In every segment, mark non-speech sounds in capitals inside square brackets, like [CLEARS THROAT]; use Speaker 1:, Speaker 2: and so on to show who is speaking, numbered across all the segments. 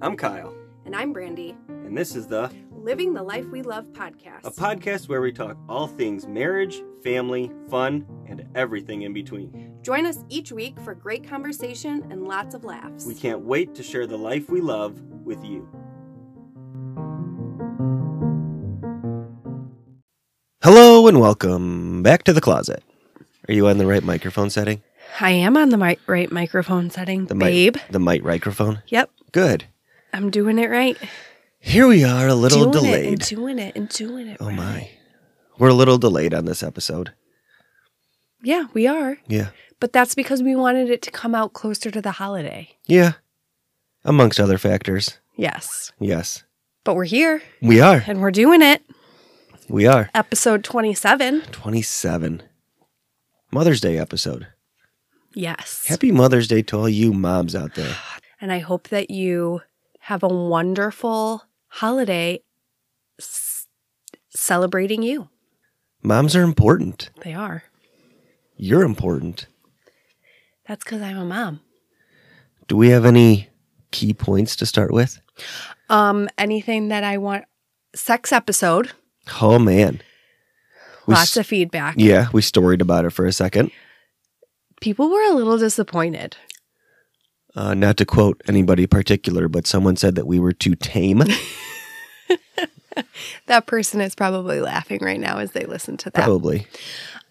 Speaker 1: I'm Kyle,
Speaker 2: And I'm Brandy,
Speaker 1: and this is the
Speaker 2: Living the Life We Love podcast.
Speaker 1: a podcast where we talk all things marriage, family, fun, and everything in between.
Speaker 2: Join us each week for great conversation and lots of laughs.
Speaker 1: We can't wait to share the life we love with you. Hello and welcome back to the closet. Are you on the right microphone setting?
Speaker 2: I am on the mi- right microphone setting,
Speaker 1: The
Speaker 2: babe.
Speaker 1: mic, the mic microphone.
Speaker 2: Yep,
Speaker 1: Good.
Speaker 2: I'm doing it right.
Speaker 1: Here we are, a little
Speaker 2: doing
Speaker 1: delayed.
Speaker 2: It and doing it and doing it.
Speaker 1: oh
Speaker 2: right.
Speaker 1: my, we're a little delayed on this episode.
Speaker 2: Yeah, we are.
Speaker 1: Yeah,
Speaker 2: But that's because we wanted it to come out closer to the holiday.
Speaker 1: yeah. Amongst other factors,
Speaker 2: Yes.
Speaker 1: yes,
Speaker 2: But we're here
Speaker 1: we are.
Speaker 2: and we're doing it.
Speaker 1: We are.
Speaker 2: Episode 27.
Speaker 1: 27. Mother's Day episode.
Speaker 2: Yes.
Speaker 1: Happy Mother's Day to all you moms out there.
Speaker 2: And I hope that you have a wonderful holiday s- celebrating you.
Speaker 1: Moms are important.
Speaker 2: They are.
Speaker 1: You're important.
Speaker 2: That's because I'm a mom.
Speaker 1: Do we have any key points to start with?
Speaker 2: Um, anything that I want, sex episode,
Speaker 1: Oh, man.
Speaker 2: lots of feedback.
Speaker 1: Yeah, we storied about it for a second.
Speaker 2: People were a little disappointed.
Speaker 1: Uh, not to quote anybody particular, but someone said that we were too
Speaker 2: [LAUGHS]
Speaker 1: tame.
Speaker 2: That person is probably laughing right now as they listen to that.
Speaker 1: Probably.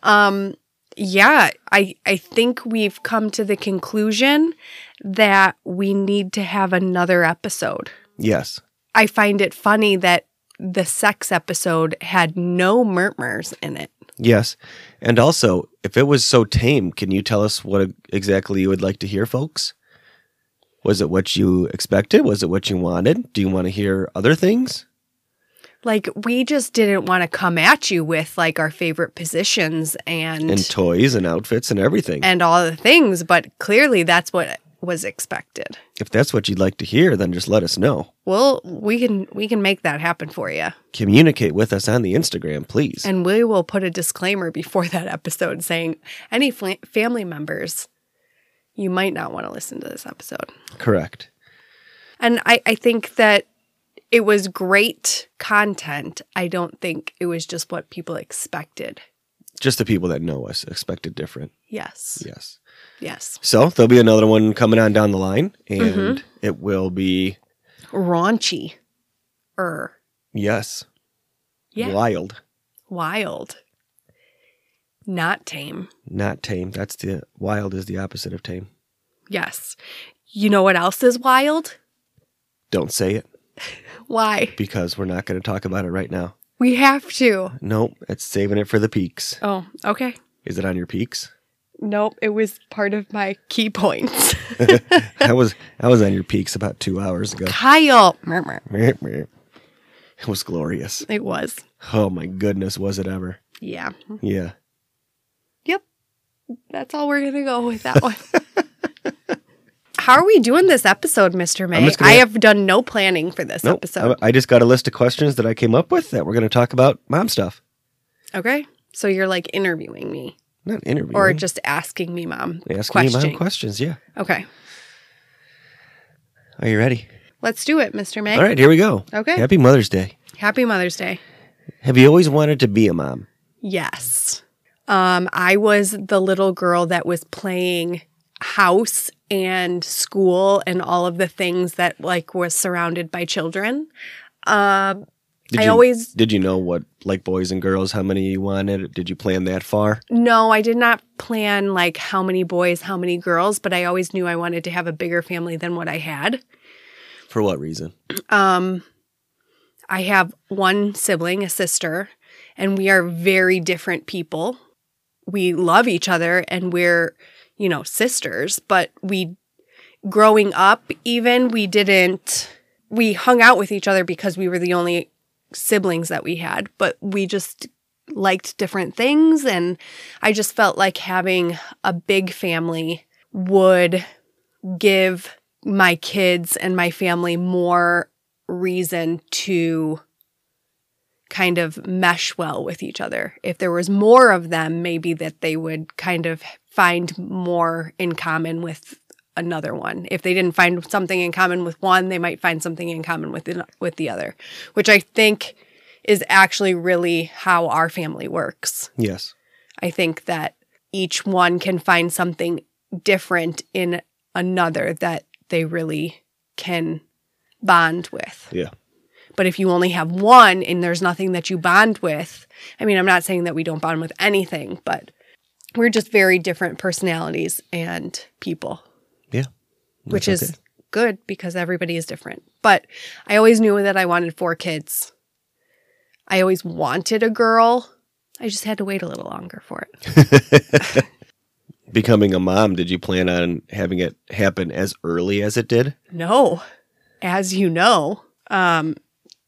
Speaker 2: Um, yeah, I I think we've come to the conclusion that we need to have another episode.
Speaker 1: Yes.
Speaker 2: I find it funny that the sex episode had no murmurs in it.
Speaker 1: Yes. And also, if it was so tame, can you tell us what exactly you would like to hear, folks? Was it what you expected? Was it what you wanted? Do you want to hear other things?
Speaker 2: Like we just didn't want to come at you with like our favorite positions and
Speaker 1: And
Speaker 2: and,
Speaker 1: toys and outfits and everything.
Speaker 2: all the things, but clearly that's what was expected.
Speaker 1: if that's what you'd like to hear, then just let us know.
Speaker 2: Well, we can we can make that happen for you.
Speaker 1: Communicate with us on the Instagram, please.
Speaker 2: And we will put a disclaimer before that episode saying any fl- family members you might not want to listen to this episode.
Speaker 1: Correct.
Speaker 2: And I, I think that it was great content. I don't think it was just what people expected.
Speaker 1: Just the people that know us expected different.
Speaker 2: Yes.
Speaker 1: Yes.
Speaker 2: Yes.
Speaker 1: So there'll be another one coming on down the line, and
Speaker 2: Mm-hmm.
Speaker 1: it will be,
Speaker 2: Raunchy. Er.
Speaker 1: yes,
Speaker 2: Yeah.
Speaker 1: wild.
Speaker 2: Wild. Not tame.
Speaker 1: Not tame. That's the wild is the opposite of tame.
Speaker 2: Yes. You know what else is wild?
Speaker 1: Don't say it
Speaker 2: Why?
Speaker 1: because we're not going to talk about it right now.
Speaker 2: We have to.
Speaker 1: Nope, it's saving it for the peaks.
Speaker 2: Oh, okay.
Speaker 1: Is it on your peaks? [LAUGHS]
Speaker 2: Nope, it was part of my key [LAUGHS] points.
Speaker 1: I was I was on your peaks about two hours ago. [LAUGHS]
Speaker 2: Kyle. Murmur.
Speaker 1: It was glorious.
Speaker 2: It was.
Speaker 1: Oh my goodness, was it ever?
Speaker 2: Yeah.
Speaker 1: Yeah.
Speaker 2: Yep. That's all we're going to go with [LAUGHS] that one. How are we doing this episode, Mr. May?
Speaker 1: just gonna-
Speaker 2: I have done no planning for this
Speaker 1: Nope.
Speaker 2: episode.
Speaker 1: I, I just got a list of questions that I came up with that we're going to talk about mom stuff.
Speaker 2: Okay. So you're like interviewing me
Speaker 1: Not interviewing.
Speaker 2: or just asking me, mom.
Speaker 1: asking me
Speaker 2: question.
Speaker 1: mom questions. Yeah.
Speaker 2: Okay.
Speaker 1: Are you ready?
Speaker 2: Let's do it, Mr. May.
Speaker 1: All right, here we go.
Speaker 2: Okay.
Speaker 1: Happy Mother's Day.
Speaker 2: Happy Mother's Day.
Speaker 1: Have you always wanted to be a mom?
Speaker 2: Yes. Um, I was the little girl that was playing house and school and all of the things that like was surrounded by children. Um,
Speaker 1: Did
Speaker 2: I
Speaker 1: you-
Speaker 2: always
Speaker 1: Did you know what, like boys and girls, how many you wanted? Did you plan that far?
Speaker 2: no, I did not plan like how many boys, how many girls, but I always knew I wanted to have a bigger family than what I had.
Speaker 1: For what reason?
Speaker 2: Um, I have one sibling, a sister, and we are very different people. We love each other and we're, you know, sisters, but we, growing up, even we didn't, we hung out with each other because we were the only siblings that we had, but we just liked different things. And I just felt like having a big family would give my kids and my family more reason to kind of mesh well with each other. If there was more of them, maybe that they would kind of find more in common with another one. If they didn't find something in common with one, they might find something in common with the, with the other, which I think is actually really how our family works.
Speaker 1: Yes.
Speaker 2: I think that each one can find something different in another that they really can bond with.
Speaker 1: Yeah.
Speaker 2: But if you only have one and there's nothing that you bond with, I mean, I'm not saying that we don't bond with anything, but we're just very different personalities and people, which
Speaker 1: That's
Speaker 2: is
Speaker 1: okay.
Speaker 2: good because everybody is different. But I always knew that I wanted four kids. I always wanted a girl. I just had to wait a little longer for it.
Speaker 1: becoming a mom. Did you plan on having it happen as early as it did?
Speaker 2: No, as you know, um,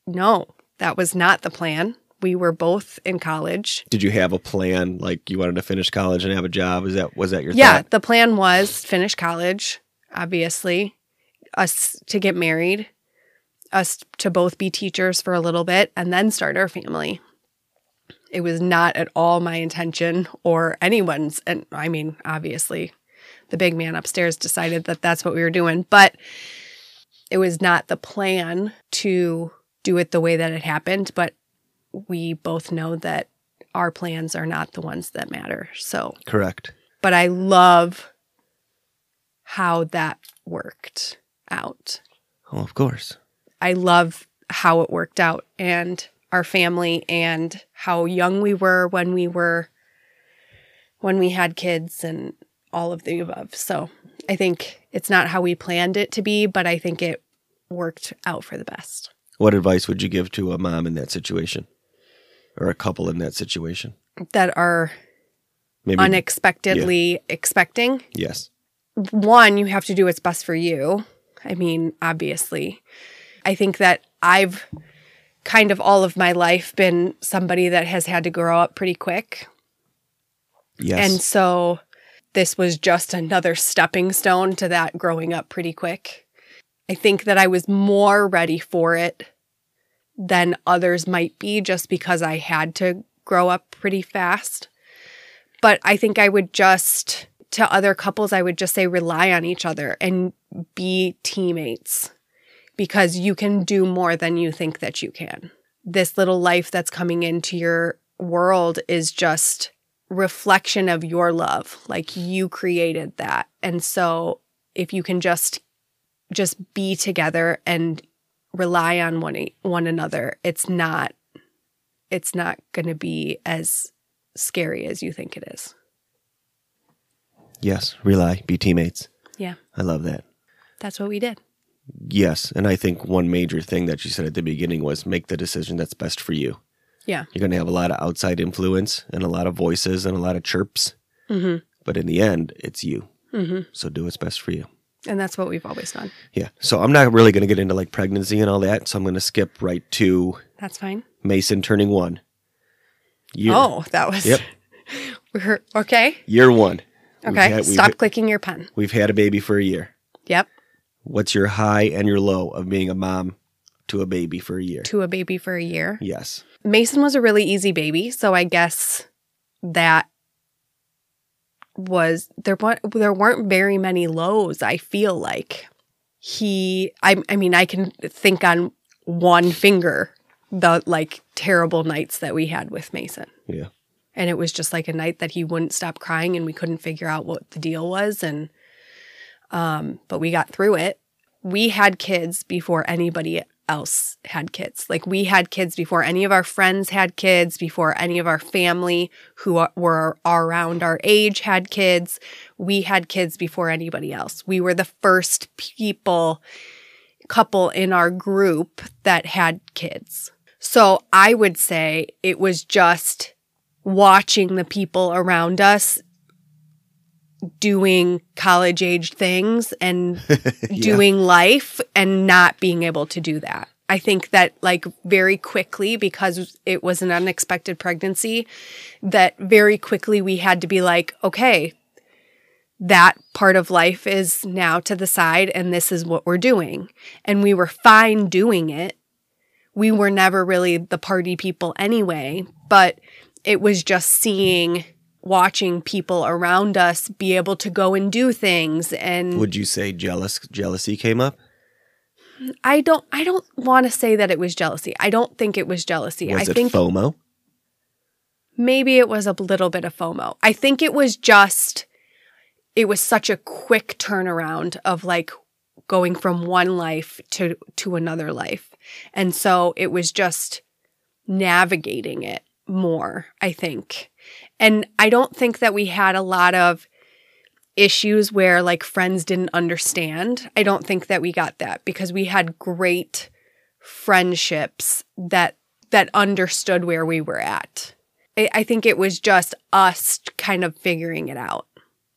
Speaker 2: no, that was not the plan. We were both in college.
Speaker 1: Did you have a plan like you wanted to finish college and have a job? Is that was that your
Speaker 2: yeah,
Speaker 1: thought?
Speaker 2: the plan was finish college, obviously, us to get married, us to both be teachers for a little bit, and then start our family. It was not at all my intention or anyone's. And I mean, obviously, the big man upstairs decided that that's what we were doing, but it was not the plan to do it the way that it happened. But we both know that our plans are not the ones that matter. So
Speaker 1: Correct.
Speaker 2: but I love how that worked out.
Speaker 1: Oh, of course.
Speaker 2: I love how it worked out and our family and how young we were when we were when we had kids and all of the above. So, I think it's not how we planned it to be, but I think it worked out for the best.
Speaker 1: What advice would you give to a mom in that situation, or a couple in that situation?
Speaker 2: That are
Speaker 1: Maybe
Speaker 2: unexpectedly expecting
Speaker 1: yes.
Speaker 2: one, you have to do what's best for you. I mean, obviously, I think that I've kind of all of my life been somebody that has had to grow up pretty quick.
Speaker 1: Yes.
Speaker 2: And so this was just another stepping stone to that growing up pretty quick. I think that I was more ready for it than others might be just because I had to grow up pretty fast. But I think I would just, to other couples, I would just say rely on each other and be teammates because you can do more than you think that you can. This little life that's coming into your world is just reflection of your love like you created that and so if you can just just be together and rely on one one another it's not it's not going to be as scary as you think it is
Speaker 1: yes. Rely. Be teammates.
Speaker 2: Yeah.
Speaker 1: I love that.
Speaker 2: that's what we did
Speaker 1: Yes, and I think one major thing that you said at the beginning was make the decision that's best for you.
Speaker 2: Yeah.
Speaker 1: You're going to have a lot of outside influence and a lot of voices and a lot of chirps,
Speaker 2: mhm
Speaker 1: but in the end, it's you.
Speaker 2: mhm
Speaker 1: So do what's best for you.
Speaker 2: and that's what we've always done
Speaker 1: Yeah. So I'm not really going to get into like pregnancy and all that. So I'm going to skip right to
Speaker 2: that's fine
Speaker 1: Mason turning one. Year,
Speaker 2: oh that was [LAUGHS]
Speaker 1: Yep.
Speaker 2: we're okay
Speaker 1: year one. We've
Speaker 2: okay
Speaker 1: had- we've-
Speaker 2: stop clicking your pen
Speaker 1: We've had a baby for a year.
Speaker 2: yep
Speaker 1: What's your high and your low of being a mom to a baby for a year?
Speaker 2: to a baby for a year
Speaker 1: Yes.
Speaker 2: Mason was a really easy baby, so I guess that was there. wa- There weren't very many lows. I feel like he. I. I mean, I can think on one finger the like terrible nights that we had with Mason.
Speaker 1: Yeah.
Speaker 2: And it was just like a night that he wouldn't stop crying, and we couldn't figure out what the deal was. And um, but we got through it. We had kids before anybody else had kids. Like we had kids before any of our friends had kids, before any of our family who are- were around our age had kids. We had kids before anybody else. We were the first people couple in our group that had kids. So I would say it was just watching the people around us doing college age things and
Speaker 1: Yeah.
Speaker 2: doing life and not being able to do that. I think that like very quickly because it was an unexpected pregnancy that very quickly we had to be like okay that part of life is now to the side and this is what we're doing and we were fine doing it. We were never really the party people anyway, but it was just seeing watching people around us be able to go and do things and
Speaker 1: Would you say jealous jealousy came up?
Speaker 2: I don't I don't want to say that it was jealousy. I don't think it was jealousy.
Speaker 1: Was
Speaker 2: I
Speaker 1: it
Speaker 2: think
Speaker 1: FOMO?
Speaker 2: maybe it was a little bit of FOMO. I think it was just it was such a quick turnaround of like going from one life to to another life. And so it was just navigating it more, I think. And I don't think that we had a lot of issues where like friends didn't understand. I don't think that we got that because we had great friendships that that understood where we were at. I, I think it was just us kind of figuring it out.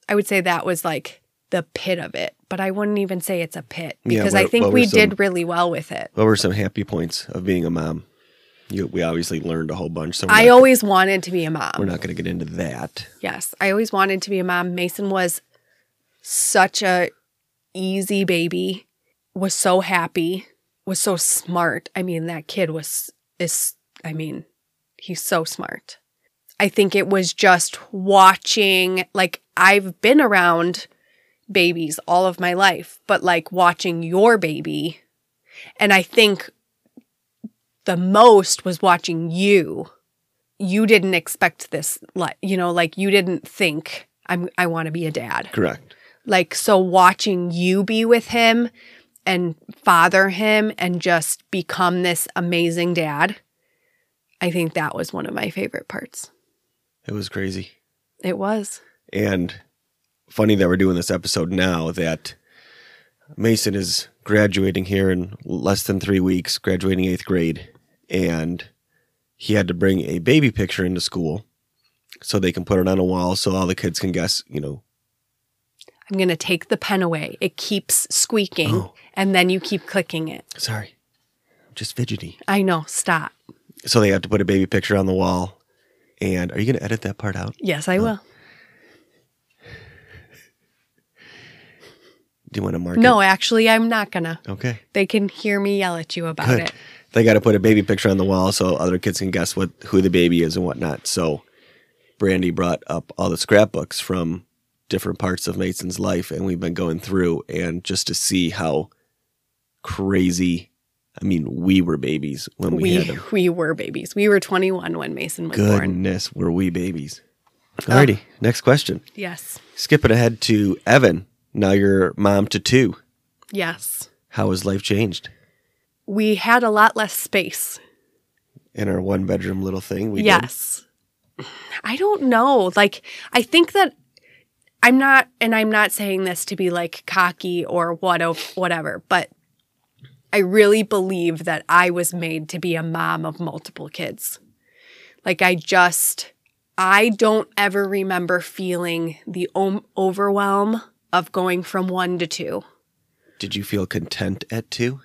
Speaker 2: I would say that was like the pit of it, but I wouldn't even say it's a pit
Speaker 1: Yeah,
Speaker 2: because I
Speaker 1: what-
Speaker 2: think
Speaker 1: what were
Speaker 2: we
Speaker 1: some-
Speaker 2: did really well with it.
Speaker 1: What were some happy points of being a mom? You, we obviously learned a whole bunch. So we're
Speaker 2: I
Speaker 1: not-
Speaker 2: always wanted to be a mom.
Speaker 1: we're not going to get into that.
Speaker 2: Yes, I always wanted to be a mom. Mason was such a easy baby. Was so happy. Was so smart. I mean, that kid was is I mean, he's so smart. I think it was just watching like I've been around babies all of my life, but like watching your baby and I think the most was watching you you didn't expect this li- you know like you didn't think i'm i want to be a dad
Speaker 1: Correct.
Speaker 2: like so watching you be with him and father him and just become this amazing dad i think that was one of my favorite parts
Speaker 1: It was crazy.
Speaker 2: it was
Speaker 1: And funny that we're doing this episode now that Mason is graduating here in less than three weeks, graduating eighth grade. And he had to bring a baby picture into school so they can put it on a wall so all the kids can guess, you know,
Speaker 2: i'm going to take the pen away it keeps squeaking
Speaker 1: Oh.
Speaker 2: and then you keep clicking it
Speaker 1: sorry, just fidgety.
Speaker 2: i know stop
Speaker 1: So they have to put a baby picture on the wall. And are you going to edit that part out?
Speaker 2: yes i will
Speaker 1: Do you want to mark
Speaker 2: no
Speaker 1: it?
Speaker 2: actually i'm not going to
Speaker 1: Okay.
Speaker 2: they can hear me yell at you about
Speaker 1: Good.
Speaker 2: it
Speaker 1: They got to put a baby picture on the wall so other kids can guess what who the baby is and whatnot. So, Brandy brought up all the scrapbooks from different parts of Mason's life, and we've been going through and just to see how crazy. I mean, we were babies when we, had
Speaker 2: we
Speaker 1: them.
Speaker 2: we were babies we were 21 when mason was born
Speaker 1: Goodness, were we babies? Alrighty, next question.
Speaker 2: Yes.
Speaker 1: Skipping ahead to Evan. Now you're mom to two.
Speaker 2: Yes.
Speaker 1: How has life changed?
Speaker 2: We had a lot less space.
Speaker 1: In our one bedroom little thing, we did.
Speaker 2: yes. I don't know. Like, I think that I'm not, and I'm not saying this to be like cocky or what, whatever, but I really believe that I was made to be a mom of multiple kids. Like, I just, I don't ever remember feeling the om- overwhelm of going from one to two.
Speaker 1: Did you feel content at two?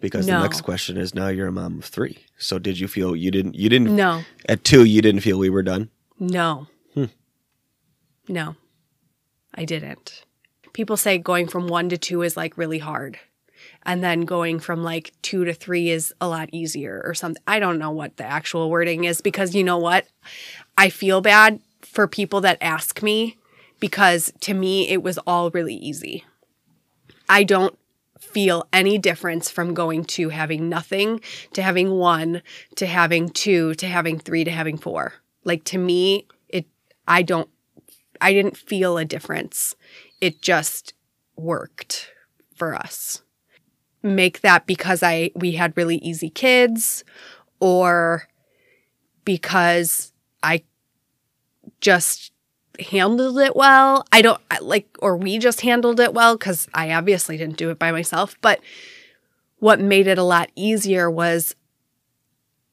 Speaker 1: Because
Speaker 2: No.
Speaker 1: the next question is now you're a mom of three. So did you feel you didn't you didn't
Speaker 2: No.
Speaker 1: at two you didn't feel we were done?
Speaker 2: No.
Speaker 1: Hmm.
Speaker 2: No, I didn't. People say going from one to two is like really hard. And then going from like two to three is a lot easier or something. I don't know what the actual wording is because you know what? I feel bad for people that ask me because to me it was all really easy. I don't feel any difference from going to having nothing to having one to having two to having three to having four. Like to me, it I don't I didn't feel a difference. It just worked for us. Make that because I we had really easy kids or because I just handled it well. I don't I- like or we just handled it well cuz I obviously didn't do it by myself, but what made it a lot easier was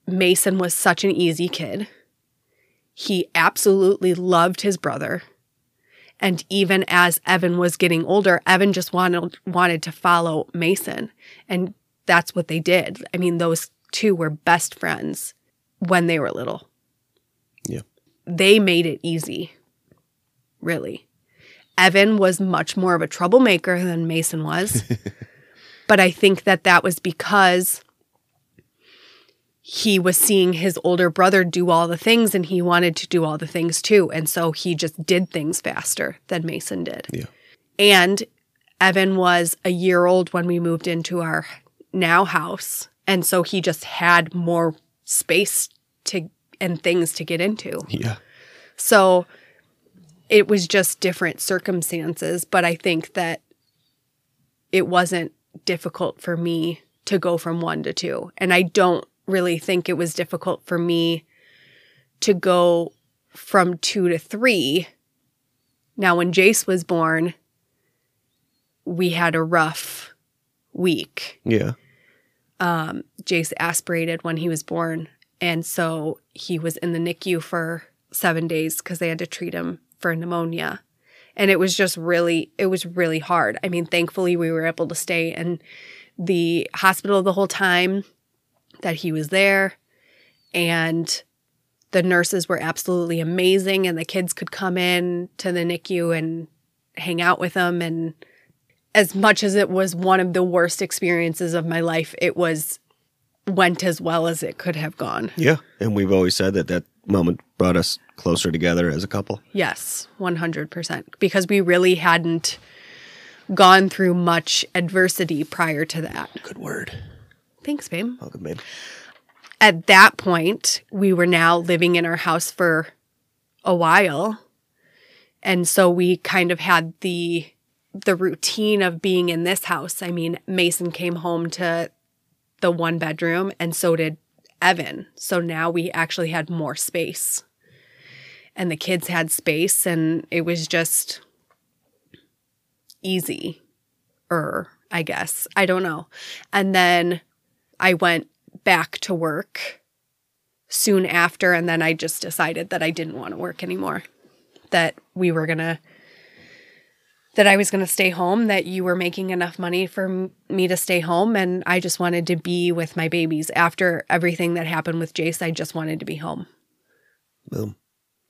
Speaker 2: Mason was such an easy kid. He absolutely loved his brother. And even as Evan was getting older, Evan just wanted wanted to follow Mason, and that's what they did. I mean, those two were best friends when they were little.
Speaker 1: Yeah.
Speaker 2: They made it easy. Really. Evan was much more of a troublemaker than Mason was. but I think that that was because he was seeing his older brother do all the things and he wanted to do all the things too. And so he just did things faster than Mason did.
Speaker 1: Yeah.
Speaker 2: And Evan was a year old when we moved into our now house. And so he just had more space to and things to get into.
Speaker 1: Yeah.
Speaker 2: So it was just different circumstances, but I think that it wasn't difficult for me to go from one to two. And I don't really think it was difficult for me to go from two to three. Now, when Jace was born, we had a rough week.
Speaker 1: Yeah.
Speaker 2: Um, Jace aspirated when he was born. And so he was in the NICU for seven days because they had to treat him for pneumonia. And it was just really, it was really hard. I mean, thankfully, we were able to stay in the hospital the whole time that he was there. And the nurses were absolutely amazing. And the kids could come in to the NICU and hang out with them. And as much as it was one of the worst experiences of my life, it was went as well as it could have gone.
Speaker 1: Yeah. And we've always said that that moment brought us closer together as a couple.
Speaker 2: Yes, 100%. Because we really hadn't gone through much adversity prior to that.
Speaker 1: Good word.
Speaker 2: Thanks, babe.
Speaker 1: Welcome, babe.
Speaker 2: At that point, we were now living in our house for a while. And so we kind of had the the routine of being in this house. I mean, Mason came home to the one bedroom and so did Evan. So now we actually had more space. And the kids had space and it was just easy er, I guess. I don't know. And then I went back to work soon after and then I just decided that I didn't want to work anymore. That we were going to that I was going to stay home, that you were making enough money for m- me to stay home. And I just wanted to be with my babies. After everything that happened with Jace, I just wanted to be home.
Speaker 1: Boom.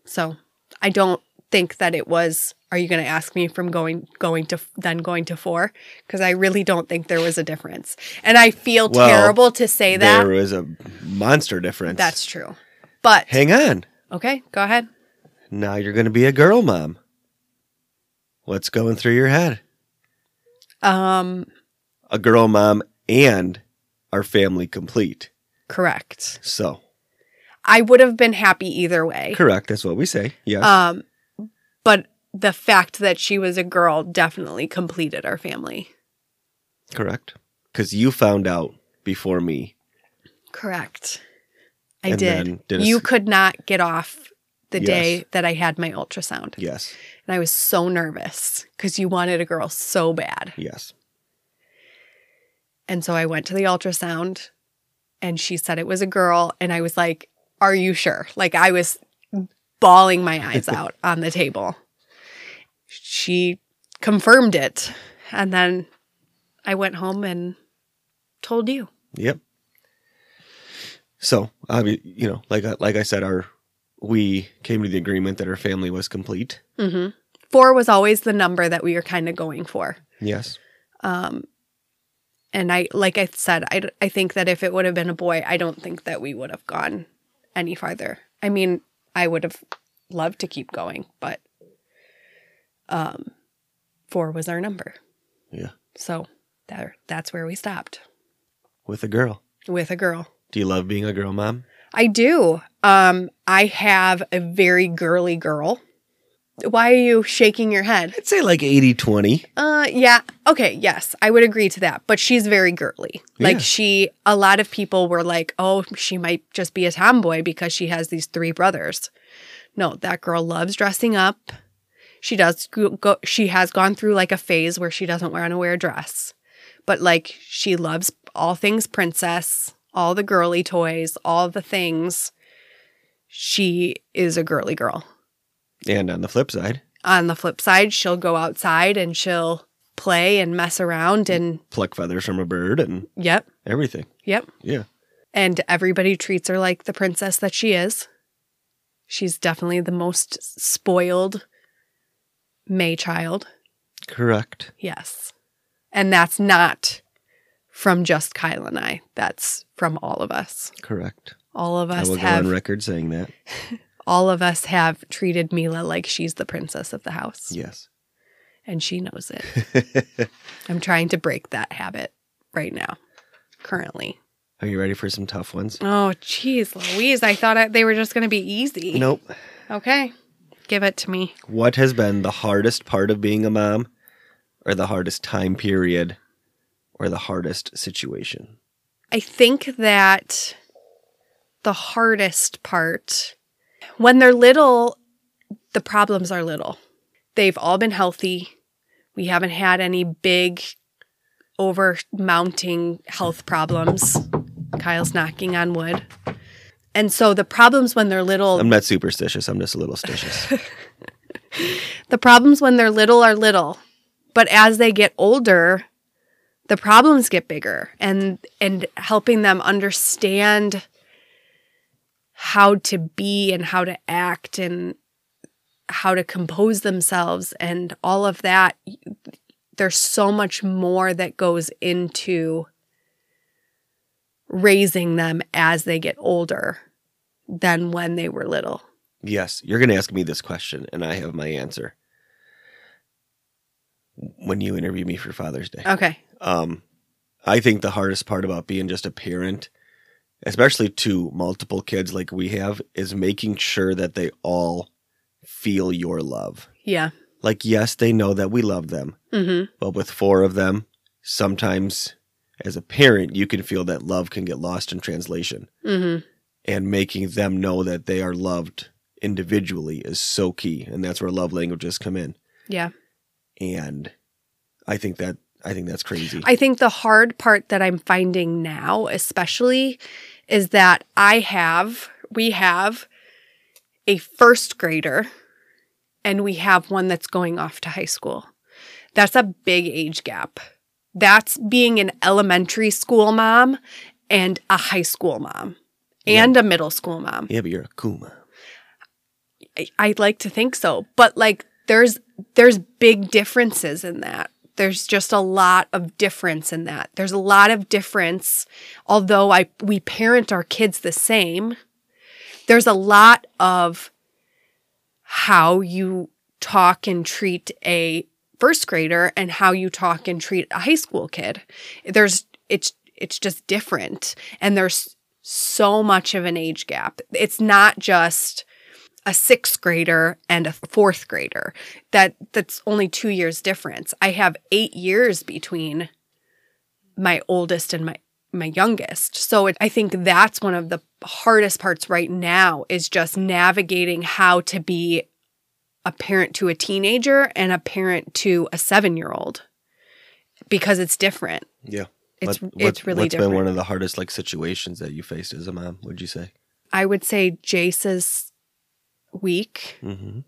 Speaker 2: So I don't think that it was, are you going to ask me from going, going to, then going to four? Because I really don't think there was a difference. And I feel
Speaker 1: Well,
Speaker 2: terrible to say that.
Speaker 1: There was a monster difference.
Speaker 2: That's true. But,
Speaker 1: Hang on.
Speaker 2: okay, go ahead.
Speaker 1: Now you're going to be a girl mom. What's going through your head?
Speaker 2: Um,
Speaker 1: A girl mom and our family complete.
Speaker 2: correct.
Speaker 1: So,
Speaker 2: I would have been happy either way.
Speaker 1: correct. That's what we say. Yeah.
Speaker 2: Um, but the fact that she was a girl definitely completed our family.
Speaker 1: correct. Because you found out before me.
Speaker 2: Correct. I
Speaker 1: And
Speaker 2: did.
Speaker 1: then did a
Speaker 2: you
Speaker 1: s-
Speaker 2: could not get off the
Speaker 1: Yes.
Speaker 2: day that I had my ultrasound.
Speaker 1: Yes.
Speaker 2: And I was so nervous because you wanted a girl so bad.
Speaker 1: Yes.
Speaker 2: And so I went to the ultrasound and she said it was a girl. And I was like, Are you sure? Like I was bawling my eyes out on the table. She confirmed it. And then I went home and told you.
Speaker 1: Yep. So, I mean, you know, like I- like I said, our we came to the agreement that our family was complete.
Speaker 2: hmm Four was always the number that we were kind of going for.
Speaker 1: Yes.
Speaker 2: Um, and I, like I said, I, d- I think that if it would have been a boy, I don't think that we would have gone any farther. I mean, I would have loved to keep going, but um, four was our number.
Speaker 1: Yeah.
Speaker 2: So there, that's where we stopped
Speaker 1: With a girl.
Speaker 2: with a girl.
Speaker 1: Do you love being a girl mom?
Speaker 2: I do. Um, I have a very girly girl. Why are you shaking your head?
Speaker 1: I'd say like 80-20.
Speaker 2: Uh, yeah. Okay. Yes, I would agree to that. But she's very girly. Like
Speaker 1: Yeah.
Speaker 2: she, a lot of people were like, "Oh, she might just be a tomboy because she has these three brothers." No, that girl loves dressing up. She does go, go. She has gone through like a phase where she doesn't want to wear a dress, but like she loves all things princess, all the girly toys, all the things. She is a girly girl
Speaker 1: And on the flip side,
Speaker 2: on the flip side, she'll go outside and she'll play and mess around and
Speaker 1: pluck feathers from a bird and
Speaker 2: yep,
Speaker 1: everything.
Speaker 2: yep.
Speaker 1: Yeah.
Speaker 2: And everybody treats her like the princess that she is. She's definitely the most spoiled May child.
Speaker 1: Correct.
Speaker 2: Yes. And that's not from just Kyle and I. That's from all of us.
Speaker 1: Correct.
Speaker 2: All of
Speaker 1: I
Speaker 2: us
Speaker 1: will go on
Speaker 2: have
Speaker 1: record saying that.
Speaker 2: all of us have treated Mila like she's the princess of the house.
Speaker 1: Yes.
Speaker 2: And she knows it.
Speaker 1: [LAUGHS]
Speaker 2: I'm trying to break that habit right now, currently.
Speaker 1: Are you ready for some tough ones?
Speaker 2: Oh, geez, Louise. I thought I, they were just going to be easy.
Speaker 1: Nope.
Speaker 2: Okay. Give it to me.
Speaker 1: What has been the hardest part of being a mom, or the hardest time period, or the hardest situation?
Speaker 2: I think that the hardest part when they're little, the problems are little. They've all been healthy. We haven't had any big over mounting health problems. Kyle's knocking on wood. And so the problems when they're little
Speaker 1: I'm not superstitious. I'm just a little stitious.
Speaker 2: The problems when they're little are little, but as they get older, the problems get bigger and and helping them understand how to be and how to act and how to compose themselves and all of that there's so much more that goes into raising them as they get older than when they were little.
Speaker 1: yes, you're going to ask me this question, and I have my answer when you interview me for Father's Day.
Speaker 2: Okay.
Speaker 1: Um, I think the hardest part about being just a parent, especially to multiple kids like we have, is making sure that they all feel your love.
Speaker 2: Yeah.
Speaker 1: Like, yes, they know that we love them,
Speaker 2: Mhm.
Speaker 1: but with four of them, sometimes as a parent, you can feel that love can get lost in translation.
Speaker 2: Mhm.
Speaker 1: And making them know that they are loved individually is so key. And that's where love languages come in.
Speaker 2: Yeah.
Speaker 1: And I think that I think that's crazy.
Speaker 2: I think the hard part that I'm finding now, especially, is that I have, we have a first grader and we have one that's going off to high school. That's a big age gap. That's being an elementary school mom and a high school mom and a middle school mom.
Speaker 1: yeah, but you're a cool mom.
Speaker 2: I- I'd like to think so, but like there's there's big differences in that. There's just a lot of difference in that. There's a lot of difference. Although I we parent our kids the same, there's a lot of how you talk and treat a first grader and how you talk and treat a high school kid. There's it's it's just different and there's so much of an age gap. It's not just a sixth grader and a fourth grader that that's only two years difference i have eight years between my oldest and my my youngest so it, i think that's one of the hardest parts right now is just navigating how to be a parent to a teenager and a parent to a seven year old because it's different
Speaker 1: Yeah.
Speaker 2: it's
Speaker 1: What- what-
Speaker 2: it's really
Speaker 1: what's
Speaker 2: different
Speaker 1: been one of the hardest like situations that you faced as a mom? Would you say?
Speaker 2: i would say jace's week
Speaker 1: Mm-hmm.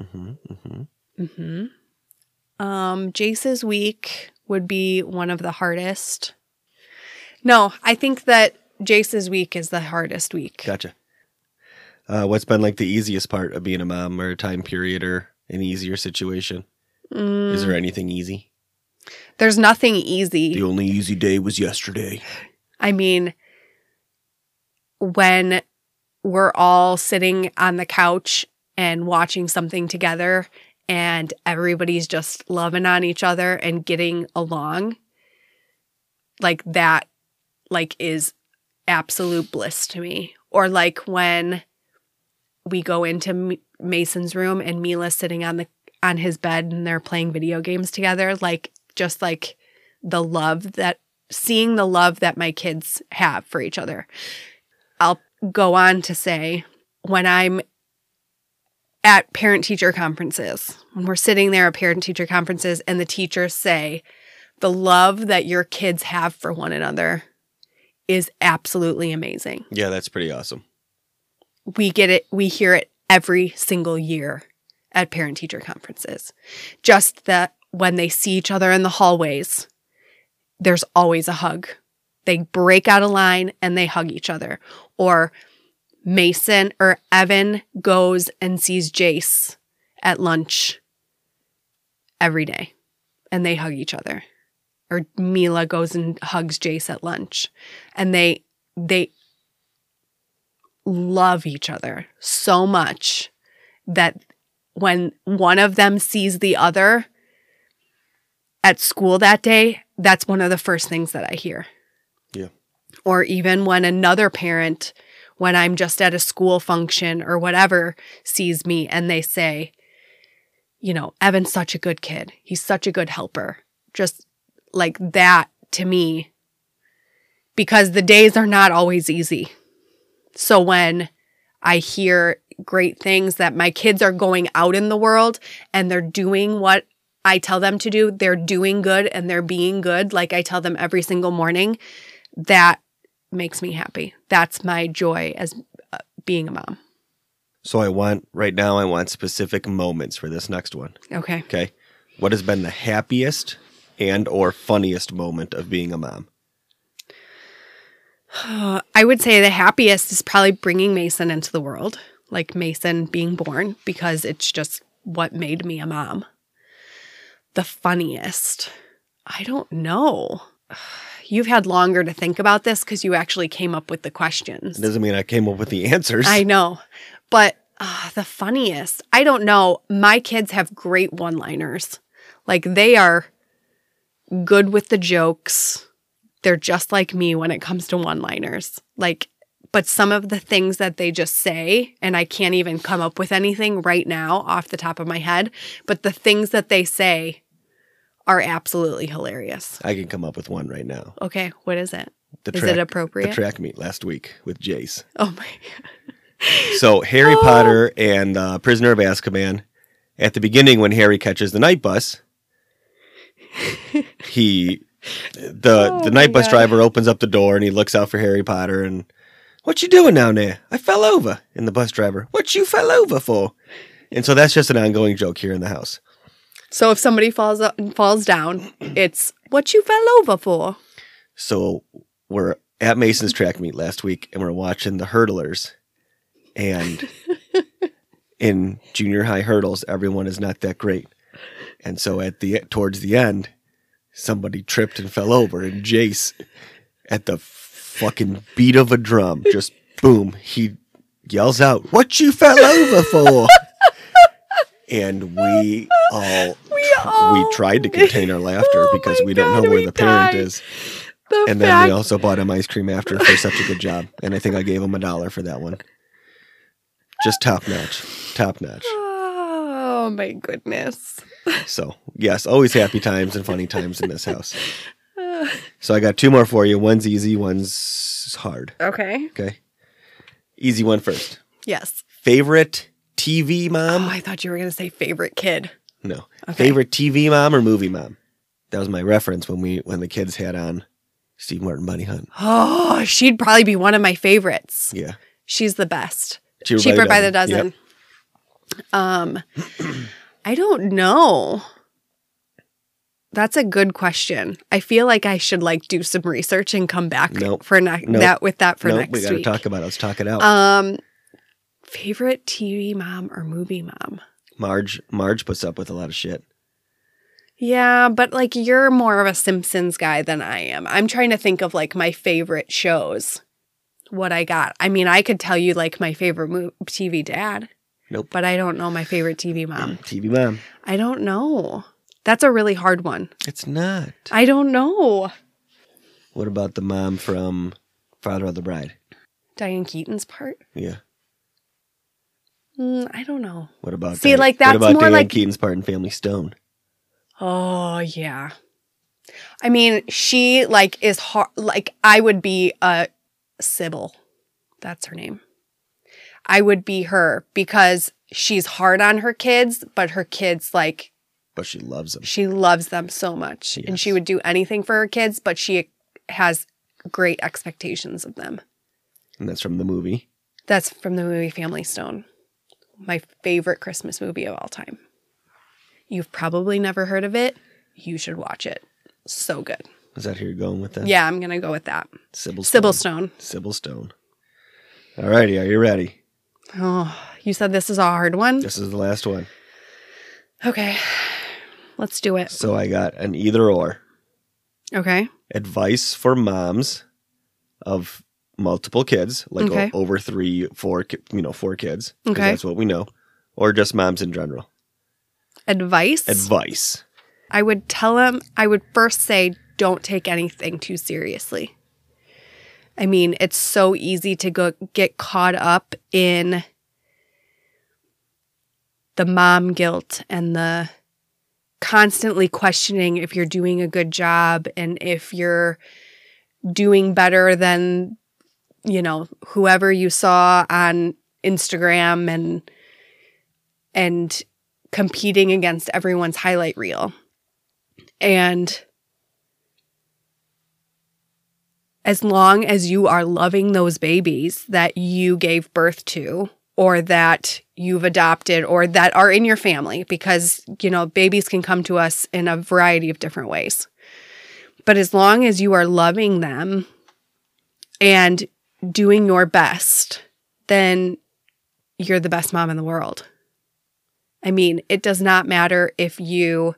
Speaker 1: Mm-hmm. Mm-hmm.
Speaker 2: hmm Um, Jace's week would be one of the hardest. No, I think that Jace's week is the hardest week.
Speaker 1: Gotcha. Uh, what's been like the easiest part of being a mom or a time period or an easier situation?
Speaker 2: Mm,
Speaker 1: Is there anything easy?
Speaker 2: there's nothing easy.
Speaker 1: The only easy day was yesterday.
Speaker 2: I mean, when we're all sitting on the couch and watching something together and everybody's just loving on each other and getting along, like that like is absolute bliss to me. Or like when we go into M- Mason's room and Mila's sitting on the on his bed and they're playing video games together, like just like the love that seeing the love that my kids have for each other. I'll go on to say when I'm at parent teacher conferences, when we're sitting there at parent teacher conferences and the teachers say, the love that your kids have for one another is absolutely amazing.
Speaker 1: Yeah, that's pretty awesome.
Speaker 2: We get it, we hear it every single year at parent teacher conferences. Just that when they see each other in the hallways, there's always a hug. They break out a line and they hug each other. Or Mason or Evan goes and sees Jace at lunch every day and they hug each other. or Mila goes and hugs Jace at lunch. And they they love each other so much that when one of them sees the other at school that day, that's one of the first things that I hear.
Speaker 1: Yeah.
Speaker 2: Or even when another parent, when I'm just at a school function or whatever, sees me and they say, you know, Evan's such a good kid. He's such a good helper. Just like that to me, because the days are not always easy. So when I hear great things that my kids are going out in the world and they're doing what I tell them to do, they're doing good and they're being good, like I tell them every single morning, that makes me happy. That's my joy as uh, being a mom.
Speaker 1: So I want right now I want specific moments for this next one.
Speaker 2: Okay.
Speaker 1: Okay. What has been the happiest and or funniest moment of being a mom?
Speaker 2: [SIGHS] I would say the happiest is probably bringing Mason into the world, like Mason being born, because it's just what made me a mom. The funniest. I don't know. [SIGHS] You've had longer to think about this because you actually came up with the questions.
Speaker 1: It doesn't mean I came up with the [LAUGHS] answers.
Speaker 2: I know. But ah, the funniest, I don't know. My kids have great one liners. Like they are good with the jokes. They're just like me when it comes to one liners. Like, but some of the things that they just say, and I can't even come up with anything right now off the top of my head, but the things that they say are absolutely hilarious.
Speaker 1: I can come up with one right now.
Speaker 2: Okay, what is it?
Speaker 1: The
Speaker 2: Is
Speaker 1: track,
Speaker 2: it
Speaker 1: the
Speaker 2: appropriate?
Speaker 1: track meet last week with Jace.
Speaker 2: oh my.
Speaker 1: So Harry
Speaker 2: Oh.
Speaker 1: Potter and uh, Prisoner of Azkaban. At the beginning, when Harry catches the night
Speaker 2: [LAUGHS]
Speaker 1: bus, he the
Speaker 2: Oh
Speaker 1: the
Speaker 2: my
Speaker 1: night bus
Speaker 2: God.
Speaker 1: driver opens up the door and he looks out for Harry Potter and what you doing down there? I fell over. And the bus driver, what you fell over for? And so that's just an ongoing joke here in the house.
Speaker 2: So if somebody falls up and
Speaker 1: [CLEARS THROAT]
Speaker 2: falls down, it's what you fell over for.
Speaker 1: So we're at Mason's track meet last week and we're watching the hurdlers.
Speaker 2: [LAUGHS]
Speaker 1: And in junior high hurdles, everyone is not that great. And so at the towards the end, somebody tripped and fell over and Jace at the fucking beat of a drum, just boom, he yells out, "What you fell over for?" and we all
Speaker 2: We all
Speaker 1: we tried to contain our laughter
Speaker 2: Oh
Speaker 1: because
Speaker 2: my
Speaker 1: we don't
Speaker 2: God,
Speaker 1: know where
Speaker 2: we
Speaker 1: the parent
Speaker 2: died.
Speaker 1: is
Speaker 2: The
Speaker 1: and then we also bought him ice cream after for such a good job. And I think I gave him a dollar for that one. Just top notch, top notch.
Speaker 2: oh my goodness.
Speaker 1: So yes, always happy times and funny times in this house.
Speaker 2: Uh,
Speaker 1: So I got two more for you. One's easy, one's hard.
Speaker 2: okay.
Speaker 1: [SIGHS] Okay, easy one first.
Speaker 2: Yes.
Speaker 1: Favorite TV mom?
Speaker 2: oh, I thought you were gonna say favorite kid.
Speaker 1: No.
Speaker 2: Okay.
Speaker 1: Um, Favorite TV mom or movie mom? That was my reference when we when the kids had on Steve Martin Bunny Hunt.
Speaker 2: Oh, she'd probably be one of my favorites.
Speaker 1: Yeah,
Speaker 2: She's the best. Cheaper by the dozen.
Speaker 1: Yep.
Speaker 2: Um, I don't know. That's a good question. I feel like I should like do some research and come back
Speaker 1: Nope.
Speaker 2: for ne-
Speaker 1: Nope.
Speaker 2: that with that for
Speaker 1: Nope,
Speaker 2: next
Speaker 1: we gotta
Speaker 2: week.
Speaker 1: talk about it. Let's talk it out.
Speaker 2: Um, favorite TV mom or movie mom?
Speaker 1: Marge Marge puts up with a lot of shit.
Speaker 2: Yeah, but like you're more of a Simpsons guy than I am. I'm trying to think of like my favorite shows. What I got. I mean, I could tell you like my favorite mo- TV dad.
Speaker 1: Nope.
Speaker 2: But I don't know my favorite TV
Speaker 1: [CLEARS THROAT]
Speaker 2: mom.
Speaker 1: TV mom.
Speaker 2: I don't know. That's a really hard one.
Speaker 1: It's not.
Speaker 2: I don't know.
Speaker 1: What about the mom from Father of the Bride?
Speaker 2: Diane Keaton's part?
Speaker 1: Yeah.
Speaker 2: Mm, I don't know.
Speaker 1: What about
Speaker 2: See,
Speaker 1: Diane-
Speaker 2: like, that's
Speaker 1: what about
Speaker 2: more
Speaker 1: Diane
Speaker 2: like-
Speaker 1: Keaton's part in Family Stone?
Speaker 2: Oh, yeah. I mean, she like is hard. Like I would be a Sybil. That's her name. I would be her because she's hard on her kids, but her kids like
Speaker 1: But she loves him.
Speaker 2: she loves them so much and she
Speaker 1: Yes.
Speaker 2: would do anything for her kids, but she has great expectations of them.
Speaker 1: And that's from the movie.
Speaker 2: That's from the movie Family Stone, my favorite Christmas movie of all time. You've probably never heard of it. You should watch it. So good.
Speaker 1: Is that who you're going with that?
Speaker 2: Yeah, I'm going to go with that.
Speaker 1: Sybil Stone.
Speaker 2: Sybil Stone.
Speaker 1: Sybil Stone. All righty, are you ready?
Speaker 2: Oh, you said this is a hard one?
Speaker 1: This is the last one.
Speaker 2: Okay. Let's do it.
Speaker 1: So I got an either or.
Speaker 2: Okay.
Speaker 1: advice for moms of multiple kids, like o-
Speaker 2: Okay.
Speaker 1: over three, four, ki- you know, four kids. 'cause
Speaker 2: Okay.
Speaker 1: That's what we know. Or just moms in general.
Speaker 2: Advice.
Speaker 1: Advice.
Speaker 2: I would tell him, I would first say, don't take anything too seriously. I mean, it's so easy to go get caught up in the mom guilt and the constantly questioning if you're doing a good job and if you're doing better than, you know, whoever you saw on Instagram and and competing against everyone's highlight reel and as long as you are loving those babies that you gave birth to or that you've adopted or that are in your family, because, you know, babies can come to us in a variety of different ways. But as long as you are loving them and doing your best, then you're the best mom in the world. I mean, it does not matter if you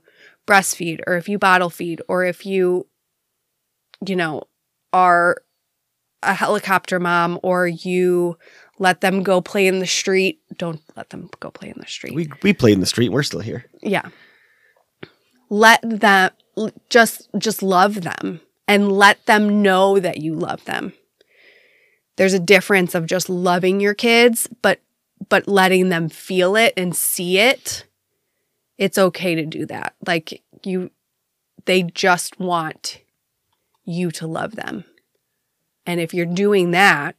Speaker 2: breastfeed or if you bottle feed or if you you know are a helicopter mom or you let them go play in the street don't let them go play in the street
Speaker 1: We, we played in the street. We're still here.
Speaker 2: yeah let them l- just just love them and let them know that you love them there's a difference of just loving your kids but but letting them feel it and see it it's okay to do that like you they just want you to love them and if you're doing that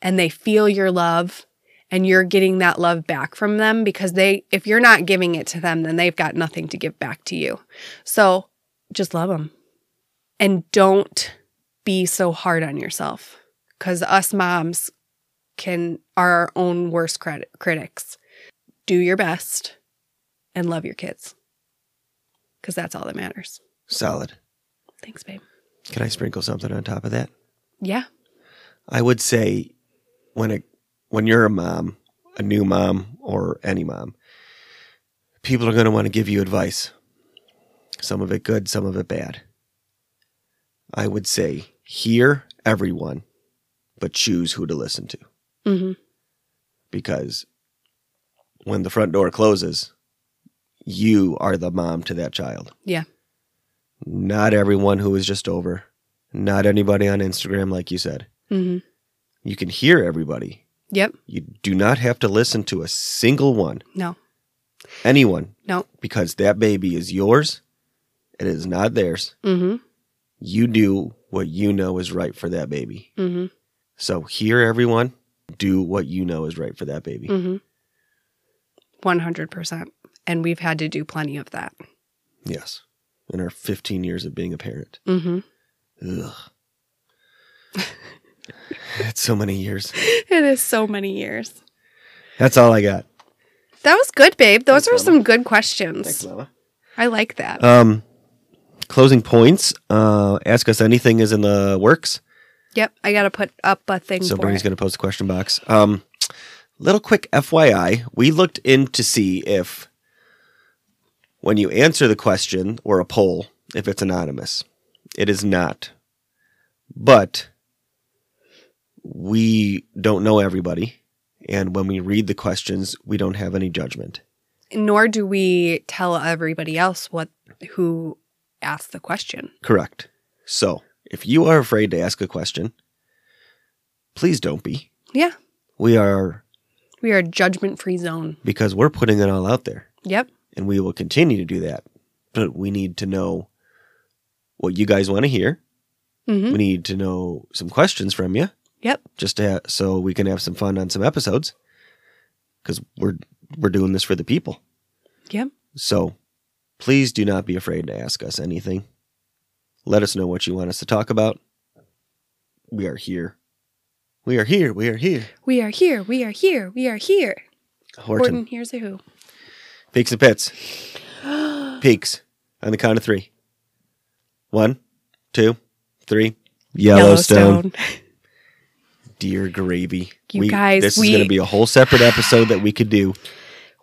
Speaker 2: and they feel your love and you're getting that love back from them because they if you're not giving it to them then they've got nothing to give back to you so just love them and don't be so hard on yourself because us moms can are our own worst crit- critics do your best and love your kids because that's all that matters
Speaker 1: Solid.
Speaker 2: thanks babe
Speaker 1: Can I sprinkle something on top of that?
Speaker 2: yeah
Speaker 1: I would say when a when you're a mom, a new mom or any mom, people are going to want to give you advice. Some of it good, some of it bad. I would say hear everyone, but choose who to listen to
Speaker 2: mm-hmm.
Speaker 1: because when the front door closes, you are the mom to that child.
Speaker 2: Yeah.
Speaker 1: Not everyone who was just over, not anybody on Instagram like you said.
Speaker 2: Mm-hmm.
Speaker 1: You can hear everybody.
Speaker 2: Yep.
Speaker 1: You do not have to listen to a single one.
Speaker 2: No.
Speaker 1: Anyone.
Speaker 2: No.
Speaker 1: Because that baby is yours. It is not theirs.
Speaker 2: Mm-hmm.
Speaker 1: You do what you know is right for that baby.
Speaker 2: Mm-hmm.
Speaker 1: So hear everyone. Do what you know is right for that baby.
Speaker 2: Mm-hmm. One hundred percent. And we've had to do plenty of that.
Speaker 1: Yes. In our 15 years of being a parent.
Speaker 2: Mm-hmm. [LAUGHS]
Speaker 1: Ugh. That's so many years.
Speaker 2: It is so many years.
Speaker 1: That's all I got.
Speaker 2: That was good, babe. Those
Speaker 1: Thanks,
Speaker 2: were
Speaker 1: Mama.
Speaker 2: some good questions.
Speaker 1: Mama.
Speaker 2: I like that.
Speaker 1: Um, closing points. Uh, ask us anything is in the works.
Speaker 2: yep. I gotta put up a thing
Speaker 1: So
Speaker 2: for
Speaker 1: Bernie's
Speaker 2: it.
Speaker 1: going to post a question box. Um, little quick FYI, we looked in to see if when you answer the question or a poll, if it's anonymous, it is not. But we don't know everybody, and when we read the questions, we don't have any judgment.
Speaker 2: Nor do we tell everybody else what who asked the question.
Speaker 1: Correct. So if you are afraid to ask a question, please don't be.
Speaker 2: Yeah.
Speaker 1: We are
Speaker 2: We are a judgment free zone.
Speaker 1: because we're putting it all out there.
Speaker 2: Yep.
Speaker 1: and we will continue to do that. But we need to know what you guys want to hear.
Speaker 2: Mm-hmm.
Speaker 1: We need to know some questions from you,
Speaker 2: Yep.
Speaker 1: just to ha- so we can have some fun on some episodes, because we're we're doing this for the people.
Speaker 2: Yep.
Speaker 1: So please do not be afraid to ask us anything. Let us know what you want us to talk about. We are here. We are here. We are here.
Speaker 2: We are here. We are here. We are here.
Speaker 1: Horton,
Speaker 2: Horton, here's a who. [GASPS]
Speaker 1: peaks and pits. Peaks on the count of three. One, two, three. Yellowstone. Dear gravy.
Speaker 2: You guys,
Speaker 1: This
Speaker 2: we-
Speaker 1: is going to be a whole separate episode that we could do.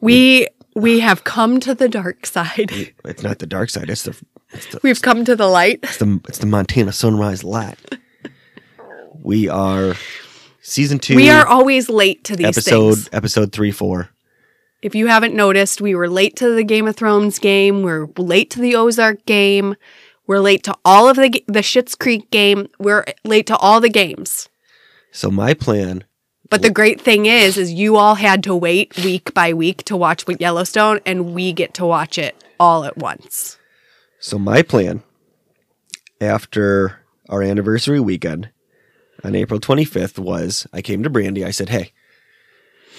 Speaker 2: We we have come to the dark side.
Speaker 1: [LAUGHS] It's not the dark side. It's the
Speaker 2: We've come to the light.
Speaker 1: It's the it's the Montana Sunrise Light. we are season two.
Speaker 2: we are always late to these
Speaker 1: episode
Speaker 2: things.
Speaker 1: episode three four.
Speaker 2: If you haven't noticed, we were late to the Game of Thrones game. We're late to the Ozark game. We're late to all of the g- the Schitt's Creek game. We're late to all the games.
Speaker 1: So my plan
Speaker 2: But the great thing is, is you all had to wait week by week to watch Yellowstone, and we get to watch it all at once.
Speaker 1: So my plan after our anniversary weekend on April 25th was I came to Brandy. I said, "Hey,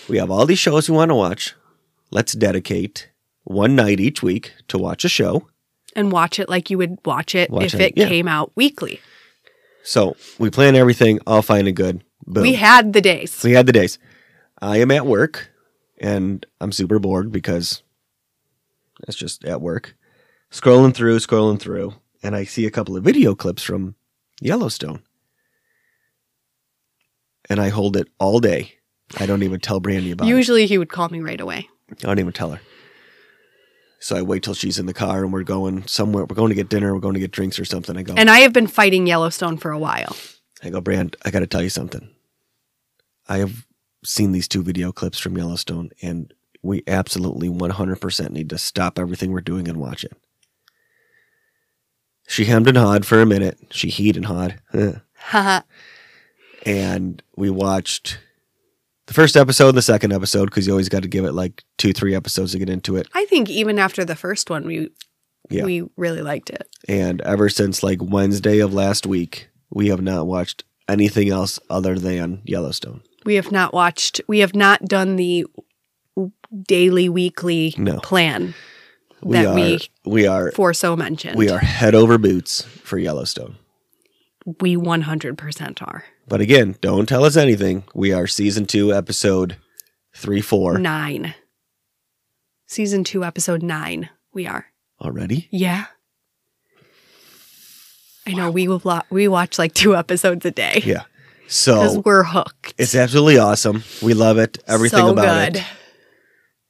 Speaker 1: we have all these shows we want to watch. Let's dedicate one night each week to watch a show."
Speaker 2: And watch it like you would watch it
Speaker 1: Watch
Speaker 2: if
Speaker 1: it,
Speaker 2: it,
Speaker 1: yeah.
Speaker 2: came out weekly.
Speaker 1: So we plan everything. All fine and good. Boom.
Speaker 2: We had the days.
Speaker 1: So we had the days. I am at work and I'm super bored because that's just at work. Scrolling through, scrolling through, and I see a couple of video clips from Yellowstone. And I hold it all day. I don't even tell Brandy about it.
Speaker 2: Usually he would call me right away.
Speaker 1: I don't even tell her. So I wait till she's in the car and we're going somewhere. We're going to get dinner. We're going to get drinks or something. I go,
Speaker 2: And I have been fighting Yellowstone for a while. [LAUGHS]
Speaker 1: I go, Brand, I got to tell you something. I have seen these two video clips from Yellowstone, and we absolutely 100% need to stop everything we're doing and watch it. She hemmed and hawed for a minute. She heed and hawed. [LAUGHS] Huh.
Speaker 2: Haha.
Speaker 1: and we watched the first episode and the second episode because you always got to give it like two, three episodes to get into it.
Speaker 2: I think even after the first one, we
Speaker 1: Yeah.
Speaker 2: we really liked it.
Speaker 1: And ever since like Wednesday of last week, we have not watched anything else other than Yellowstone.
Speaker 2: We have not watched. We have not done the daily, weekly
Speaker 1: No.
Speaker 2: plan
Speaker 1: We
Speaker 2: That
Speaker 1: are
Speaker 2: we-
Speaker 1: we are
Speaker 2: for so mentioned.
Speaker 1: We are head over boots for Yellowstone.
Speaker 2: We one hundred percent are
Speaker 1: But again, don't tell us anything. We are season two, episode three, four
Speaker 2: nine. Season two, episode nine. We are.
Speaker 1: already.
Speaker 2: Yeah. I know we will. Blo- we watch like two episodes a day
Speaker 1: Yeah.
Speaker 2: because
Speaker 1: So
Speaker 2: we're hooked.
Speaker 1: it's absolutely awesome. We love it. Everything
Speaker 2: so
Speaker 1: about
Speaker 2: good.
Speaker 1: it.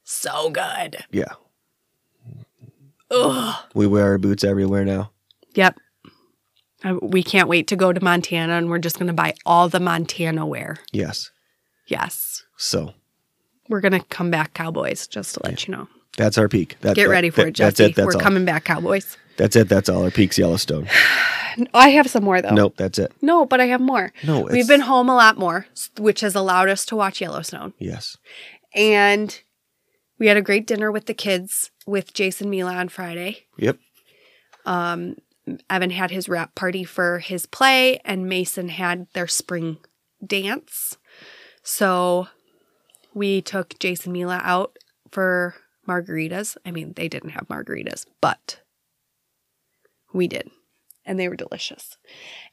Speaker 2: So good.
Speaker 1: Yeah.
Speaker 2: Ugh.
Speaker 1: We wear our boots everywhere now.
Speaker 2: Yep. Uh, We can't wait to go to Montana and we're just going to buy all the Montana wear.
Speaker 1: Yes.
Speaker 2: Yes.
Speaker 1: So
Speaker 2: We're going to come back, Cowboys, just to let you know.
Speaker 1: that's our peak. That,
Speaker 2: Get
Speaker 1: that-
Speaker 2: ready for
Speaker 1: that-
Speaker 2: it, Jesse.
Speaker 1: That's it. That's
Speaker 2: we're
Speaker 1: all.
Speaker 2: coming back, Cowboys.
Speaker 1: That's it. That's all. Our peak's Yellowstone.
Speaker 2: I have some more, though.
Speaker 1: Nope. That's it.
Speaker 2: No, but I have more.
Speaker 1: No.
Speaker 2: We've
Speaker 1: it's-
Speaker 2: been home a lot more, s- which has allowed us to watch Yellowstone.
Speaker 1: Yes.
Speaker 2: And we had a great dinner with the kids with Jason Mila on Friday.
Speaker 1: Yep.
Speaker 2: Um, Evan had his rap party for his play, and Mason had their spring dance. So we took Jason Mila out for margaritas. I mean, they didn't have margaritas, but we did, and they were delicious.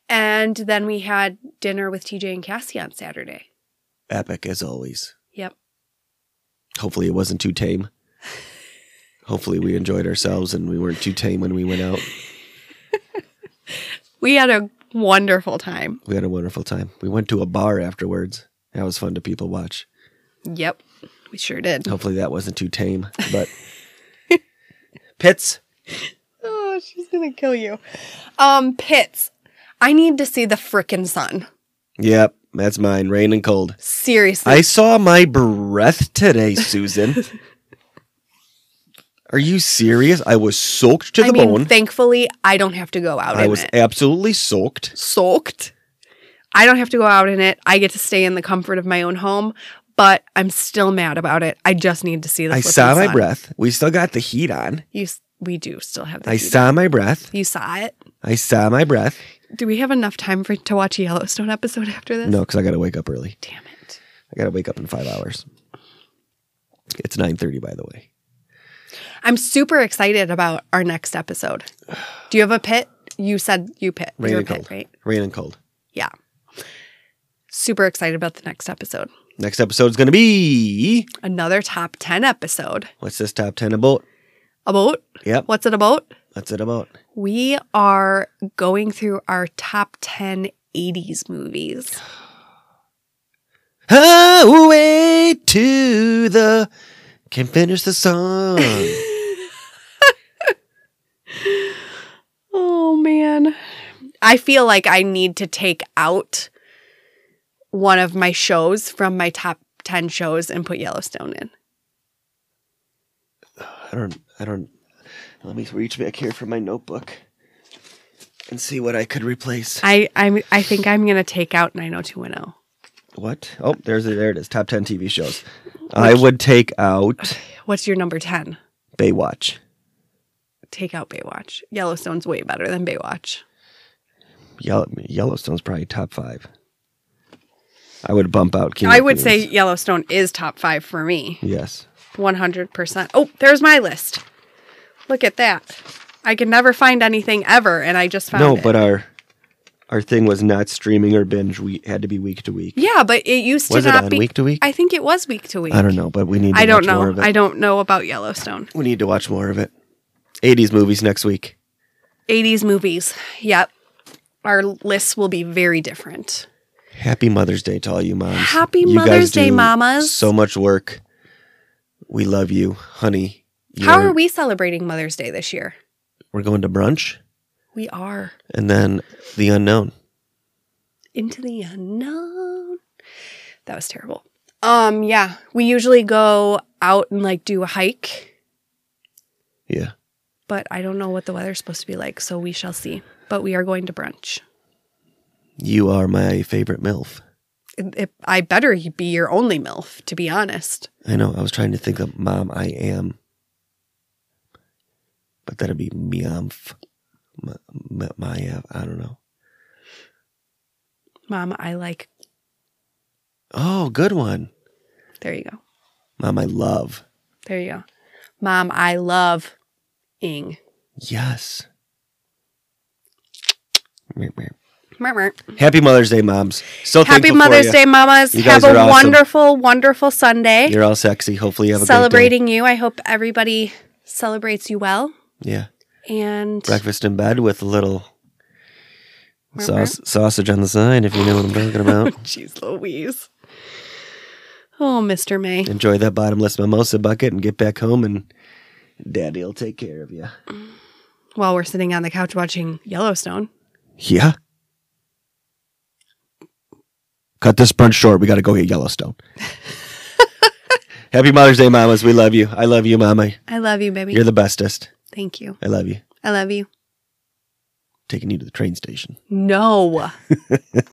Speaker 2: And then we had dinner with TJ and Cassie on Saturday.
Speaker 1: Epic as always.
Speaker 2: Yep.
Speaker 1: Hopefully it wasn't too tame. Hopefully we enjoyed ourselves and we weren't too tame when we went out.
Speaker 2: We had a wonderful time.
Speaker 1: We had a wonderful time. We went to a bar afterwards. That was fun to people watch.
Speaker 2: Yep, we sure did.
Speaker 1: Hopefully that wasn't too tame,
Speaker 2: [LAUGHS]
Speaker 1: but Pitts.
Speaker 2: Oh, she's gonna kill you. Um, Pitts. I need to see the frickin' sun.
Speaker 1: Yep, that's mine. Rain and cold.
Speaker 2: Seriously.
Speaker 1: I saw my breath today,
Speaker 2: [LAUGHS]
Speaker 1: Susan. Are you serious? I was soaked to the
Speaker 2: I mean,
Speaker 1: bone.
Speaker 2: thankfully, I don't have to go out
Speaker 1: I
Speaker 2: in
Speaker 1: was
Speaker 2: it.
Speaker 1: absolutely soaked.
Speaker 2: Soaked. I don't have to go out in it. I get to stay in the comfort of my own home, but I'm still mad about it. I just need to see the
Speaker 1: I
Speaker 2: flippin'
Speaker 1: saw my
Speaker 2: sun.
Speaker 1: breath. We still got the heat on.
Speaker 2: You, s- we do still have the
Speaker 1: I
Speaker 2: heat.
Speaker 1: saw my breath.
Speaker 2: You saw it?
Speaker 1: I saw my breath.
Speaker 2: Do we have enough time for to watch a Yellowstone episode after this?
Speaker 1: No, because I got to wake up early.
Speaker 2: Damn it.
Speaker 1: I got to wake up in five hours. It's nine thirty, by the way.
Speaker 2: I'm super excited about our next episode. Do you have a pit? You said you pit.
Speaker 1: Rain
Speaker 2: You're
Speaker 1: and
Speaker 2: pit,
Speaker 1: cold.
Speaker 2: right?
Speaker 1: Rain and cold.
Speaker 2: Yeah. Super excited about the next episode.
Speaker 1: Next episode is going to be
Speaker 2: Another top 10 episode
Speaker 1: what's this top ten about?
Speaker 2: about
Speaker 1: Yep,
Speaker 2: what's it about?
Speaker 1: what's it about?
Speaker 2: We are going through our top 10 80s movies.
Speaker 1: Highway to the can't finish the song.
Speaker 2: I feel like I need to take out one of my shows from my top 10 shows and put Yellowstone in.
Speaker 1: I don't. I don't. Let me reach back here for my notebook and see what I could replace.
Speaker 2: I I'm, I think I'm going to take out 90210.
Speaker 1: What? Oh, there's a, there it is. Top ten TV shows. I would take out
Speaker 2: What's your number 10?
Speaker 1: Baywatch.
Speaker 2: Take out Baywatch. Yellowstone's way better than Baywatch.
Speaker 1: Yellow, Yellowstone's probably top five. I would bump out. King
Speaker 2: I
Speaker 1: of
Speaker 2: would say
Speaker 1: Queens.
Speaker 2: Yellowstone is top 5 for me.
Speaker 1: yes.
Speaker 2: 100%. Oh, there's my list. Look at that. I could never find anything ever and I just found
Speaker 1: no,
Speaker 2: it.
Speaker 1: but our our thing was not streaming or binge. We had to be week to week.
Speaker 2: Yeah, but it used
Speaker 1: Was
Speaker 2: to
Speaker 1: it
Speaker 2: not
Speaker 1: on
Speaker 2: be
Speaker 1: week to week?
Speaker 2: I think it was week to week.
Speaker 1: I don't know, but we need. To
Speaker 2: I don't
Speaker 1: watch More
Speaker 2: know.
Speaker 1: of it.
Speaker 2: I don't know about Yellowstone.
Speaker 1: We need to watch more of it. 80s movies next week.
Speaker 2: 80s movies. Yep. Our lists will be very different.
Speaker 1: Happy Mother's Day to all you moms.
Speaker 2: Happy
Speaker 1: You guys
Speaker 2: Mother's Day,
Speaker 1: do
Speaker 2: mamas.
Speaker 1: So much work. We love you, honey.
Speaker 2: How
Speaker 1: You're-
Speaker 2: are we celebrating Mother's Day this year?
Speaker 1: We're going to brunch
Speaker 2: We are
Speaker 1: and then the unknown.
Speaker 2: into the unknown. That was terrible. Um yeah, we usually go out and like do a hike,
Speaker 1: Yeah.
Speaker 2: but I don't know what the weather's supposed to be like, so we shall see. But we are going to brunch.
Speaker 1: You are my favorite MILF.
Speaker 2: It- it- I better be your only MILF, to be honest.
Speaker 1: I know. I was trying to think of mom I am. But that'd be meomf. M- m- My, I don't know.
Speaker 2: Mom, I like.
Speaker 1: Oh, good one.
Speaker 2: There you go.
Speaker 1: Mom, I love.
Speaker 2: There you go. Mom, I love ing.
Speaker 1: Yes. Meow, meow.
Speaker 2: Mer, mer.
Speaker 1: Happy Mother's Day, moms. So
Speaker 2: Happy
Speaker 1: thankful for
Speaker 2: Mother's
Speaker 1: ya.
Speaker 2: Day, mamas.
Speaker 1: You
Speaker 2: Have
Speaker 1: guys
Speaker 2: a
Speaker 1: are awesome.
Speaker 2: wonderful, wonderful Sunday.
Speaker 1: You're all sexy. Hopefully, you have a great
Speaker 2: Celebrating you. I hope everybody celebrates you well.
Speaker 1: day. Yeah,
Speaker 2: And
Speaker 1: breakfast in bed with a little
Speaker 2: Mer, mer.
Speaker 1: sauce, sausage on the side. If you know what I'm talking
Speaker 2: [LAUGHS]
Speaker 1: about.
Speaker 2: [LAUGHS] Jeez Louise. Oh, Mr. May.
Speaker 1: Enjoy that bottomless mimosa bucket and get back home, and Daddy'll take care of you.
Speaker 2: While we're sitting on the couch watching Yellowstone.
Speaker 1: Yeah. Cut this brunch short. We got to go get Yellowstone. Happy Mother's Day, mamas. We love you. I love you, mama.
Speaker 2: I love you, baby.
Speaker 1: You're the bestest.
Speaker 2: Thank you.
Speaker 1: I love you.
Speaker 2: I love you.
Speaker 1: Taking you to the train station.
Speaker 2: No.